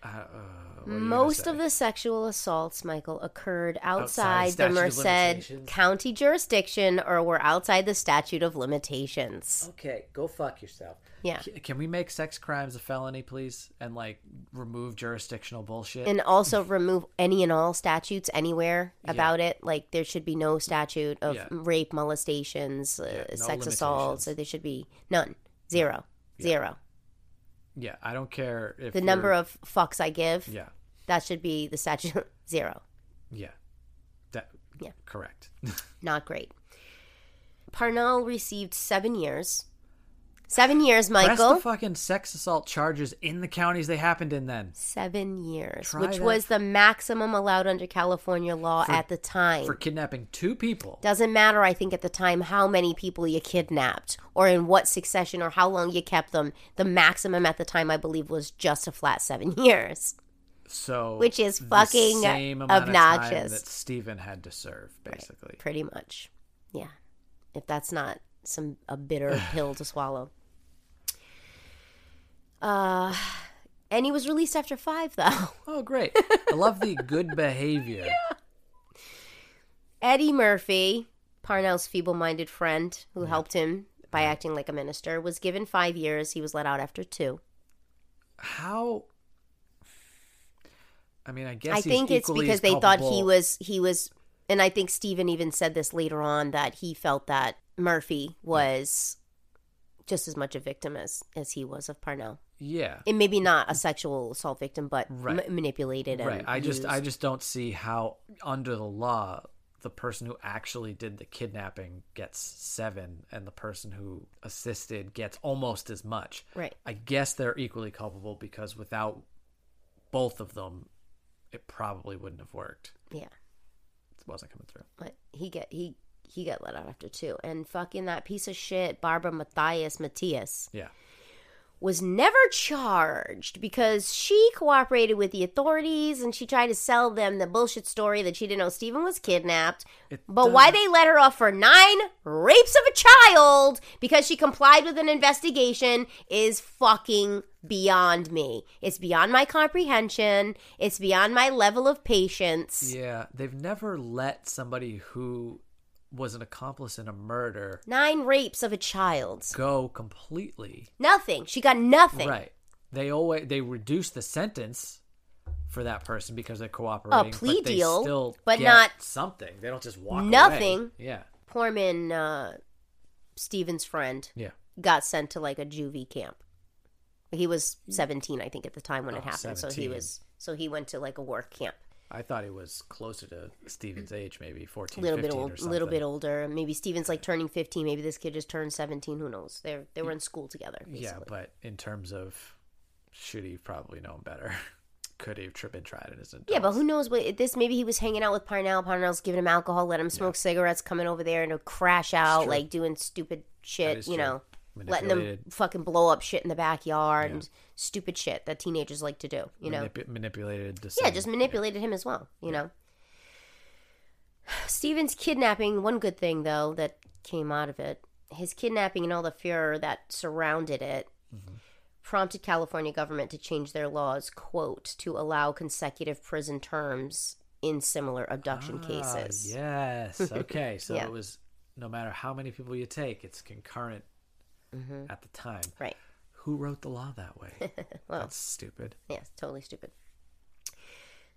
I- uh, what are you gonna Most say? of the sexual assaults, Michael, occurred Outside outside, the statute of Merced limitations. County jurisdiction or were outside the statute of limitations. Okay, go fuck yourself. Yeah. C- Can we make sex crimes a felony, please? And like remove jurisdictional bullshit? and also remove any and all statutes anywhere about it. Like there should be no statute of Yeah. rape, molestations, uh, no sex assaults. So limitations. there should be none, zero, zero. yeah, I don't care if The you're- number of fucks I give, Yeah. that should be the statute (laughs) zero. Yeah. That Yeah. correct. (laughs) Not great. Parnell received seven years. Seven years, Michael. Press the fucking sex assault charges in the counties they happened in then. seven years, Try which that was the maximum allowed under California law For- at the time. For kidnapping two people. Doesn't matter, I think, at the time how many people you kidnapped or in what succession or how long you kept them. The maximum at the time, I believe, was just a flat seven (laughs) years. So Which is the fucking same amount of time obnoxious. that Stephen had to serve, basically. Pretty much. Yeah. If that's not some a bitter pill to swallow. Uh and he was released after five though. (laughs) Oh great. I love the good behavior. Eddie Murphy, Parnell's feeble minded friend who helped him by acting like a minister, was given five years. He was let out after two. How I mean I guess I he's think it's equally because as they thought he culpable. was he was and I think Steven even said this later on that he felt that Murphy was just as much a victim as as he was of Parnell. Yeah. And maybe not a sexual assault victim but Right. m- manipulated and Right. I just I used. just don't see how under the law the person who actually did the kidnapping gets 7 and the person who assisted gets almost as much. Right. I guess they're equally culpable because without both of them it probably wouldn't have worked. Yeah. It wasn't coming through. But he get he he got let out after two. And fucking that piece of shit Barbara Matthias Matthias Yeah. was never charged because she cooperated with the authorities and she tried to sell them the bullshit story that she didn't know Stephen was kidnapped. It but why doesn't- they let her off for nine rapes of a child because she complied with an investigation is fucking beyond me. It's beyond my comprehension. It's beyond my level of patience. Yeah, they've never let somebody who was an accomplice in a murder Nine rapes of a child. go completely. Nothing. She got nothing. Right. They always they reduce the sentence for that person because they're A cooperating. plea but they deal, still but get not- something. They don't just walk away. Nothing. Yeah, Porman, uh, Stephen's friend, yeah. got sent to like a juvie camp. He was 17, I think, at the time when it Mm. Oh, happened. So he 17. was, so he went to like a work camp. I thought he was closer to Steven's age, maybe 14, A little bit 15 old, or a something. little bit older. Maybe Steven's like turning 15. Maybe this kid just turned 17. Who knows? They they were in school together. Yeah, basically. but in terms of should he probably known better? (laughs) Could he have tri- been tried as an Yeah, but adult? who knows what this? Maybe he was hanging out with Parnell. Parnell's giving him alcohol, let him smoke cigarettes, coming over there and to crash out, true. like doing stupid shit, is you true. know, letting them Manipulated. fucking blow up shit in the backyard and stupid shit that teenagers like to do, you know. Manip- manipulated. To Yeah, some- just manipulated him as well, you know. Steven's kidnapping, one good thing though that came out of it, his kidnapping and all the fear that surrounded it Mm-hmm. prompted California government to change their laws, quote, to allow consecutive prison terms in similar abduction Ah, cases. (laughs) Yes. Okay. So Yeah. it was no matter how many people you take, it's concurrent Mm-hmm. at the time. Right. (laughs) Who wrote the law that way? Well. That's stupid. Yes, totally stupid.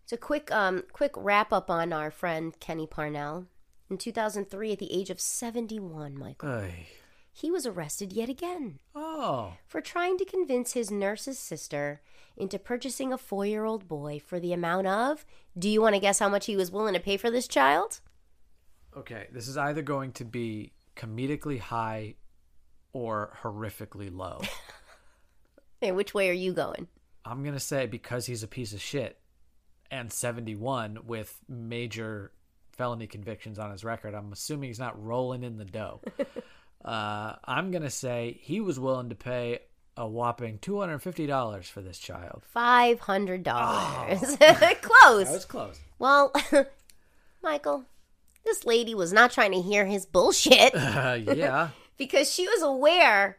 So quick um quick wrap up on our friend Kenny Parnell. In 2003, at the age of 71, Michael, Ay. he was arrested yet again Oh, for trying to convince his nurse's sister into purchasing a four year old boy for the amount of. Do you want to guess how much he was willing to pay for this child? okay. This is either going to be comedically high or horrifically low. And which way are you going? I'm going to say because he's a piece of shit and 71 with major felony convictions on his record, I'm assuming he's not rolling in the (laughs) dough. uh, I'm going to say he was willing to pay a whopping $250 for this child. $500. That (laughs) Close. was close. Well, (laughs) Michael, this lady was not trying to hear (laughs) his bullshit Uh, (laughs) yeah. because she was aware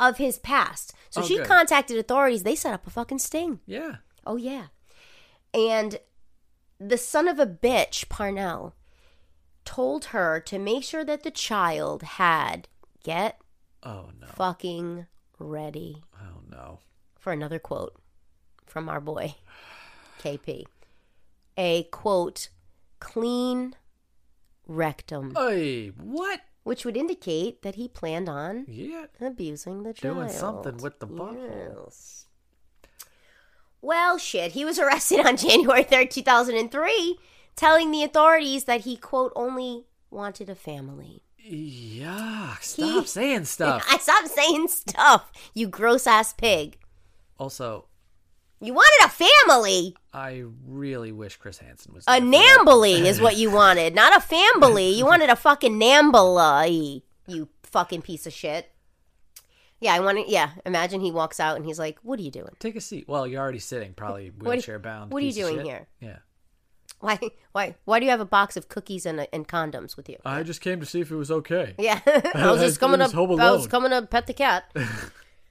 of his past. So Oh, she good. contacted authorities. They set up a fucking sting. Yeah. Oh, yeah. And the son of a bitch, Parnell, told her to make sure that the child had, get Oh, no. fucking ready Oh, no. for another quote from our boy, (sighs) KP. A quote, clean rectum, Hey, what? which would indicate that he planned on Yeah. abusing the child. Doing something with the butthole. Yes. Well, shit. He was (laughs) arrested on January 3rd, 2003, telling the authorities that he, quote, only wanted a family. Yeah. Stop saying (laughs) stuff. I stopped saying stuff, you gross ass pig. Also, You wanted a family. I really wish Chris Hansen was there A for that. nambly is what you wanted, not a family. (laughs) You wanted a fucking nambly, you fucking piece of shit. Yeah, I want to. Yeah, imagine he walks out and he's like, "What are you doing? Take a seat. Well, you're already sitting, probably are you- wheelchair bound. (laughs) what are you piece of doing shit. here? Yeah. Why, why, why do you have a box of cookies and, and condoms with you?" I just came to see if it was okay. Yeah, (laughs) I was That's- (laughs) just coming Uh, it was up. Home I was Alone. coming up pet the cat. (laughs)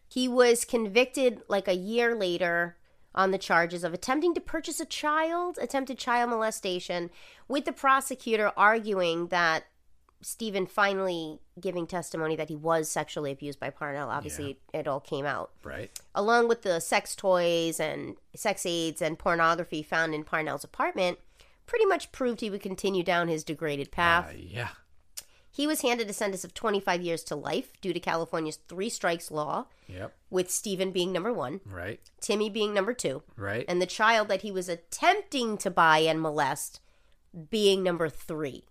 he was convicted like a year later on the charges of attempting to purchase a child, attempted child molestation, with the prosecutor arguing that Stephen finally giving testimony that he was sexually abused by Parnell. Obviously, it all came out Right. along with the sex toys and sex aids and pornography found in Parnell's apartment. Pretty much proved he would continue down his degraded path. Uh, yeah. He was handed a sentence of 25 years to life due to California's three strikes law, Yep. with Stephen being number one, Right. Timmy being number two, Right. and the child that he was attempting to buy and molest being number three.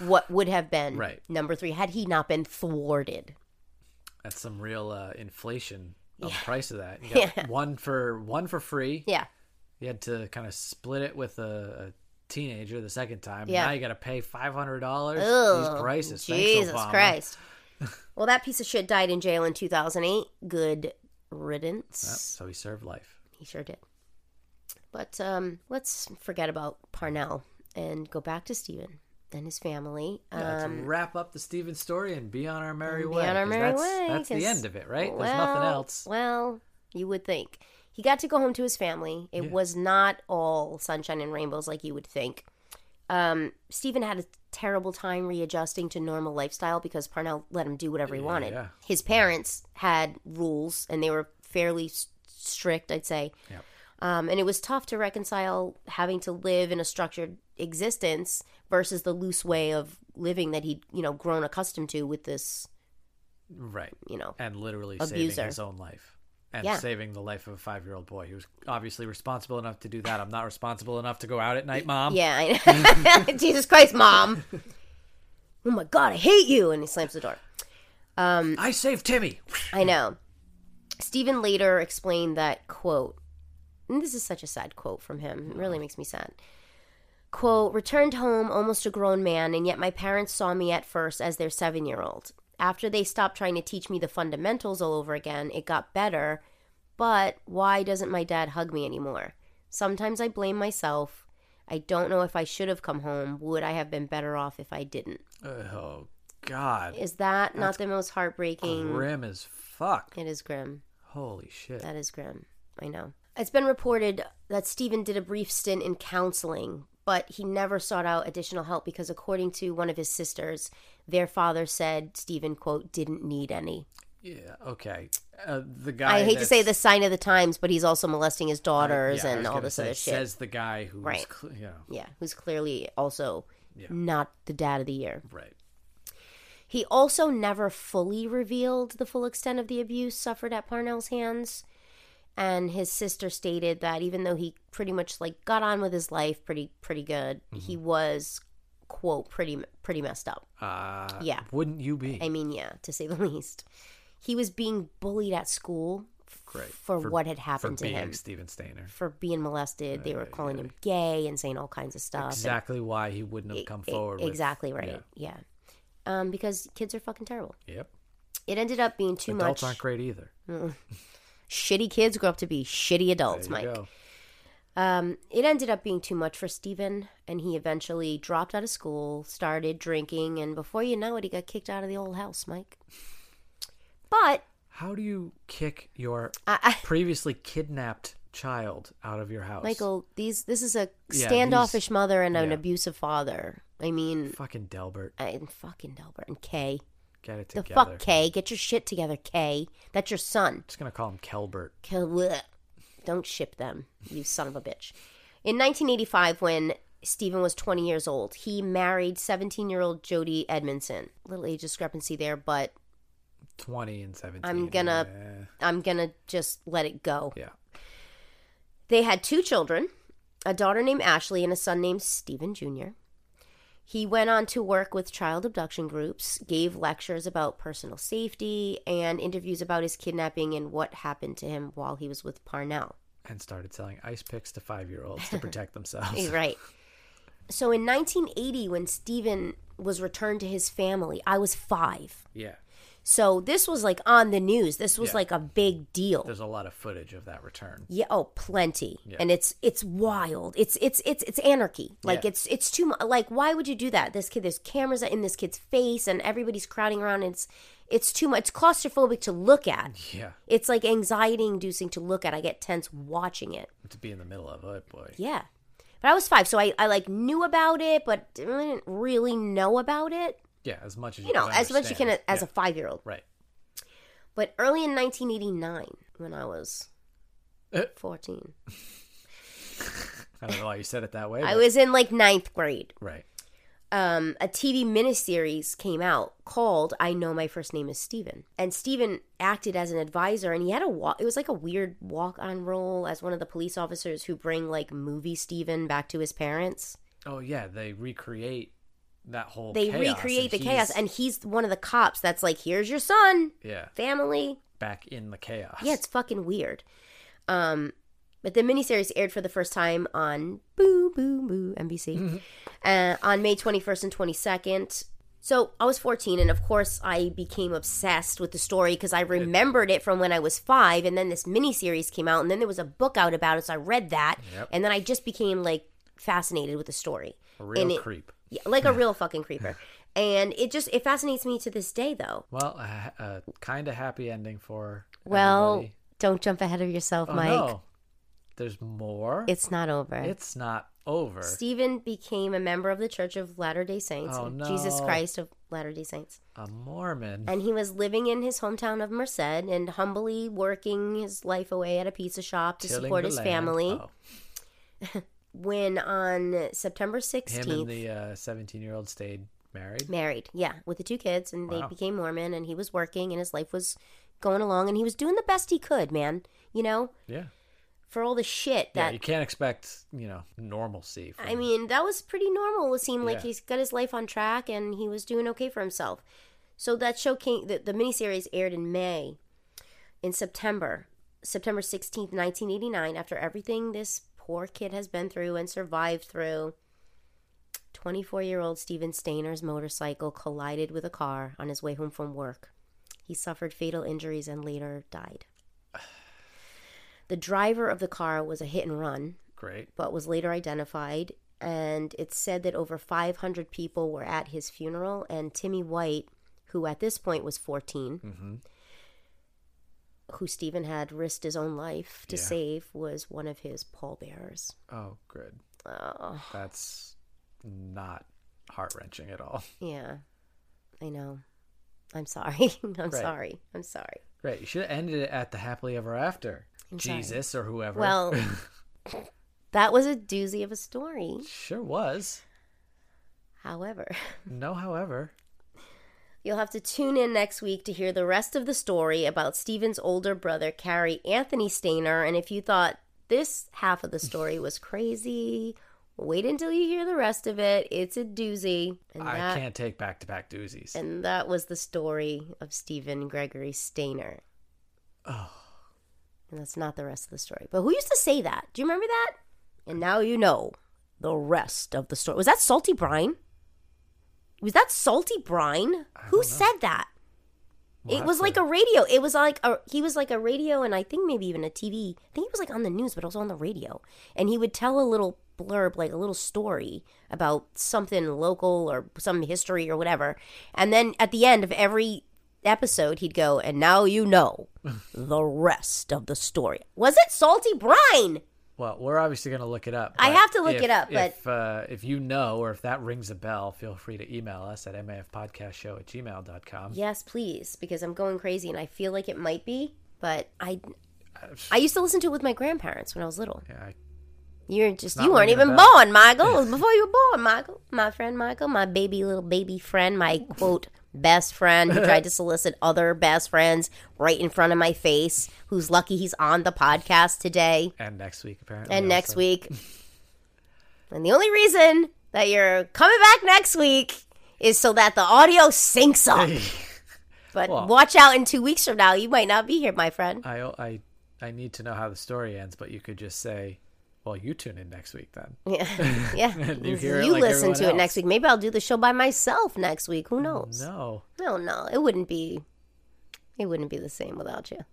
What would have been Right. number three had he not been thwarted? That's some real uh, inflation of the price of (laughs) that. You got one for one for free. Yeah. You had to kind of split it with a, a teenager the second time. Yeah. Now you got to pay five hundred dollars. Ugh, These prices. Thanks, Jesus Obama. Christ. (laughs) well, that piece of shit died in jail in 2008. Good riddance. Oh, so he served life. He sure did. But um, let's forget about Parnell and go back to Stephen and his family. Yeah, um, let's wrap up the Steven story and be on our merry be way. on our 'cause merry that's, way, That's the 'cause- end of it, right? There's nothing well- else. Well, you would think. He got to go home to his family. It Yeah. was not all sunshine and rainbows like you would think. Um, Stephen had a terrible time readjusting to normal lifestyle because Parnell let him do whatever he wanted. Yeah. His parents had rules, and they were fairly s- strict, I'd say. Yep. Um, and it was tough to reconcile having to live in a structured existence versus the loose way of living that he'd, you know, grown accustomed to with this, Right. you know, and literally Abuser. saving his own life and Yeah. saving the life of a five-year-old boy who's obviously responsible enough to do that. I'm not responsible enough to go out at night, mom. Yeah, I know. (laughs) Jesus Christ, mom. Oh my god, I hate you. And he slams the door. I saved Timmy. I know. Stephen later explained that quote, and this is such a sad quote from him. It really makes me sad. Quote, returned home almost a grown man, and yet my parents saw me at first as their seven year old. After they stopped trying to teach me the fundamentals all over again, it got better, but why doesn't my dad hug me anymore? Sometimes I blame myself. I don't know if I should have come home. Would I have been better off if I didn't? Oh God, Is that not the most heartbreaking? grim as fuck. It is grim. Holy shit. That is grim. I know. It's been reported that Stephen did a brief stint in counseling, but he never sought out additional help because, according to one of his sisters, their father said Stephen, quote, didn't need any. Yeah. Okay. Uh, the guy. I, hate to say the that's- sign of the times, but he's also molesting his I- daughters yeah, I and was all gonna this say, other shit. Says the guy who's Right. cl- you know yeah, who's clearly also Yeah. not the dad of the year. Right. He also never fully revealed the full extent of the abuse suffered at Parnell's hands. And his sister stated that even though he pretty much like got on with his life pretty pretty good, he was quote pretty pretty messed up. Mm-hmm. Uh, Yeah. Wouldn't you be? I mean, yeah, to say the (laughs) least. He was being bullied at school f- Great. for, For- what had for happened to being him, Steven Stainer. for being molested. They were calling him gay and saying all kinds of stuff. Exactly why he wouldn't have come E- forward. with- exactly right. Yeah. Um, because kids are fucking terrible. Yep. It ended up being too Adults much. aren't great either. Shitty kids grow up to be shitty There adults, you Mike. go. Um, it ended up being too much for Steven, and he eventually dropped out of school, started drinking, and before you know it, he got kicked out of the old house, Mike. But How do you kick your I, I, previously kidnapped child out of your house? Michael, these this is a Yeah, standoffish mother and an yeah. abusive father. I mean, Fucking Delbert. I fucking Delbert and Kay. Get it The together. fuck, Kay? Get your shit together, Kay. That's your son. just gonna call him Kelbert. Kill. bleh. Don't ship them, you son of a bitch. In 1985, when Stephen was 20 years old, he married 17-year-old Jody Edmondson. Little age discrepancy there, but Twenty and seventeen. I'm gonna- I'm gonna just let it go. Yeah. They had two children a daughter named Ashley and a son named Stephen Jr. He went on to work with child abduction groups, gave lectures about personal safety, and interviews about his kidnapping and what happened to him while he was with Parnell. And started selling ice picks to five year olds to (laughs) protect themselves. (laughs) You're Eh, right. So in 1980, when Stephen was returned to his family, I was five. Yeah. So this was like on the news. This was Yeah. like a big deal. There's a lot of footage of that return. Yeah, oh, plenty. Yeah. And it's it's wild. It's it's it's it's anarchy. Like Yeah. it's it's too mu- like why would you do that? This kid there's cameras in this kid's face and everybody's crowding around and it's it's too much it's claustrophobic to look at. Yeah. It's like anxiety inducing to look at. I get tense watching it. To be in the middle of it, boy. Yeah. But I was 5, so I I like knew about it but didn't really know about it. Yeah, as much as you, You know, could as much you can understand. as Yeah. a 5-year-old. right. But early in 1989 when I was Eh. 14. I don't know why you said it that way. I but- was in like ninth grade. right. um, a TV miniseries came out called "I Know My First Name Is Steven. and Steven acted as an advisor, and he had a walk. It was like a weird walk-on role as one of the police officers who bring like movie Steven back to his parents. Oh yeah, they recreate that whole. They chaos, recreate and the chaos, he's- and he's one of the cops that's like, "Here's your son, yeah, family." back in the chaos. Yeah, it's fucking weird. Um, but the miniseries aired for the first time on Boo Boo Boo Mm-hmm. NBC uh, on May 21st and 22nd. So I was 14, and of course I became obsessed with the story because I remembered it from when I was five, and then this miniseries came out, and then there was a book out about it, so I read that, Yep. and then I just became like fascinated with the story, a and real it- creep. yeah, like a real (laughs) fucking creeper. And it just it fascinates me to this day, though. Well, a, ha- a kind of happy ending for. Well, everybody. don't jump ahead of yourself, oh, Mike. no, there's more. It's not over. It's not over. Stephen became a member of the Church of Latter day Saints, Oh, of Jesus no. Christ of Latter day Saints. a Mormon. And he was living in his hometown of Merced and humbly working his life away at a pizza shop to tilling support the his land. family. Oh, When on September 16th, him and the uh, seventeen-year-old stayed married. married, yeah, with the two kids, and they Wow. became Mormon, and he was working, and his life was going along, and he was doing the best he could, man, you know, Yeah, for all the shit yeah. that You can't expect you know normalcy. From, I mean, that was pretty normal. It seemed like Yeah. he's got his life on track and he was doing okay for himself. So that show came, the, the miniseries aired in May, in September, September 16th, 1989, after everything this poor kid has been through and survived through. 24 year old Steven Stainer's motorcycle collided with a car on his way home from work. He suffered fatal injuries and later died. (sighs) The driver of the car was a hit and run, great. but was later identified. And it's said that over 500 people were at his funeral, and Timmy White, who at this point was 14, hmm who Stephen had risked his own life to Yeah. save, was one of his pallbearers. Oh, good. Oh, That's not heart wrenching at all. (laughs) yeah. I know. I'm sorry. (laughs) I'm sorry. I'm sorry. Great. You should have ended it at the happily ever after. I'm sorry. Jesus or whoever. (laughs) Well, that was a doozy of a story. sure was. However, No, however. You'll have to tune in next week to hear the rest of the story about Steven's older brother, Carrie Anthony Stainer. And if you thought this half of the story was crazy, wait until you hear the rest of it. It's a doozy. And I that, can't take back to back doozies. and that was the story of Stephen Gregory Stainer. Oh. And that's not the rest of the story. But who used to say that? Do you remember that? And now you know the rest of the story. Was that Salty Brine? Was that Salty Brine? Who said that? We'll it have was to- like a radio. It was like a he was like a radio, and I think maybe even a TV. I think he was like on the news, but also on the radio. And he would tell a little blurb, like a little story about something local or some history or whatever. And then at the end of every episode, he'd go, "And now (laughs) you know the rest of the story." Was it salty brine? Well, we're obviously going to look it up. I but have to look if- it up, but- if, uh, if you know or if that rings a bell, feel free to email us at mafpodcastshow at gmail.com. Yes, please, because I'm going crazy, and I feel like it might be, but I. I used to listen to it with my grandparents when I was little. Yeah, I- You're just Not you weren't ringing a even bell. born, Michael. (laughs) It was before you were born, Michael. My friend Michael, my baby little baby friend, my quote best friend who (laughs) tried to solicit other best friends right in front of my face, who's lucky he's on the podcast today and next week, apparently. and next also. (laughs) week. and the only reason that you're coming back next week is so that the audio syncs up. But Well- watch out in 2 weeks from now, you might not be here, (laughs) my friend. (laughs) I, I, I need to know how the story ends, but you could just say, well, you tune in next week then. Yeah. yeah. you hear it like listen to everyone it next else. week. Maybe I'll do the show by myself next week. Who knows? No. No, no, it wouldn't be. It wouldn't be the same without you,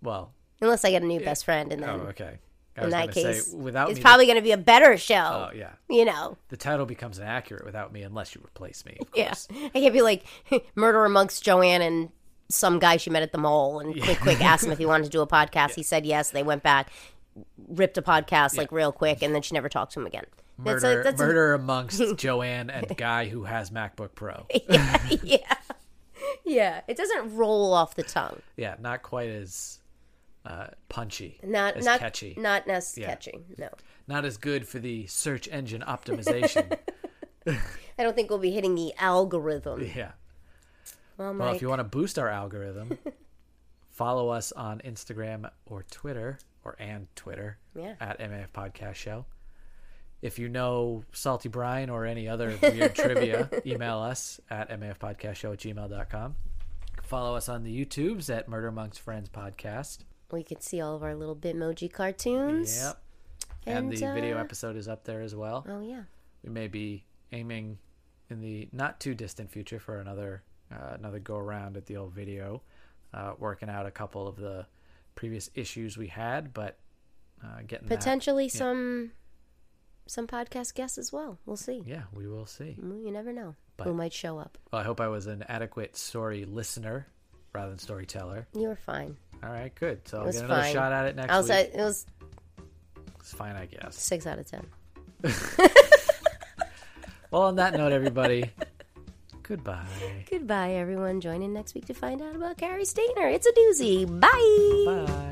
Well, unless I get a new best friend, and then oh, okay. I in was gonna that case, say, without it's me, probably going to be a better oh, show. yeah. You know, The title becomes inaccurate without me unless you replace me, of yeah. course. I can't be like (laughs) murder amongst Joanne and some guy she met at the mall, and quick, quick asked him if he wanted to do a podcast. He said yes. They went back, ripped a podcast like real quick, and then she never talked to him again. Murder, that's like, that's murder amongst Joanne and guy who has MacBook (laughs) Pro. (laughs) yeah, yeah. It doesn't roll off the tongue. Yeah, not quite as uh, punchy, Not as not catchy, Not as catchy. No. not as good for the search engine (laughs) optimization. I don't think we'll be hitting the algorithm. yeah. Well, Well, Mike, if you want to boost our (laughs) algorithm, follow us on Instagram or Twitter or and Twitter Yeah. at MAF Podcast Show. If you know Salty Brian or any other weird (laughs) trivia, email us at mafpodcastshow at gmail.com. Follow us on the YouTubes at Murder Monks Friends Podcast. we can see all of our little Bitmoji cartoons. Yep. And, And, the video uh, episode is up there as well. Oh yeah. we may be aiming in the not too distant future for another uh, another go around at the old video, uh, working out a couple of the previous issues we had, but uh, getting that- Potentially some some podcast guests as well. We'll see. yeah, we will see. Mm, You never know But- who might show up. Well, I hope I was an adequate story listener rather than storyteller. You were fine. All right, good. So I'll was get another fine. shot at it next I was week. at, it was It's fine, I guess. six out of ten. Well, on that note, everybody, (laughs) goodbye. Goodbye, everyone. Join in next week to find out about Carrie Stainer. It's a doozy. Bye. Bye.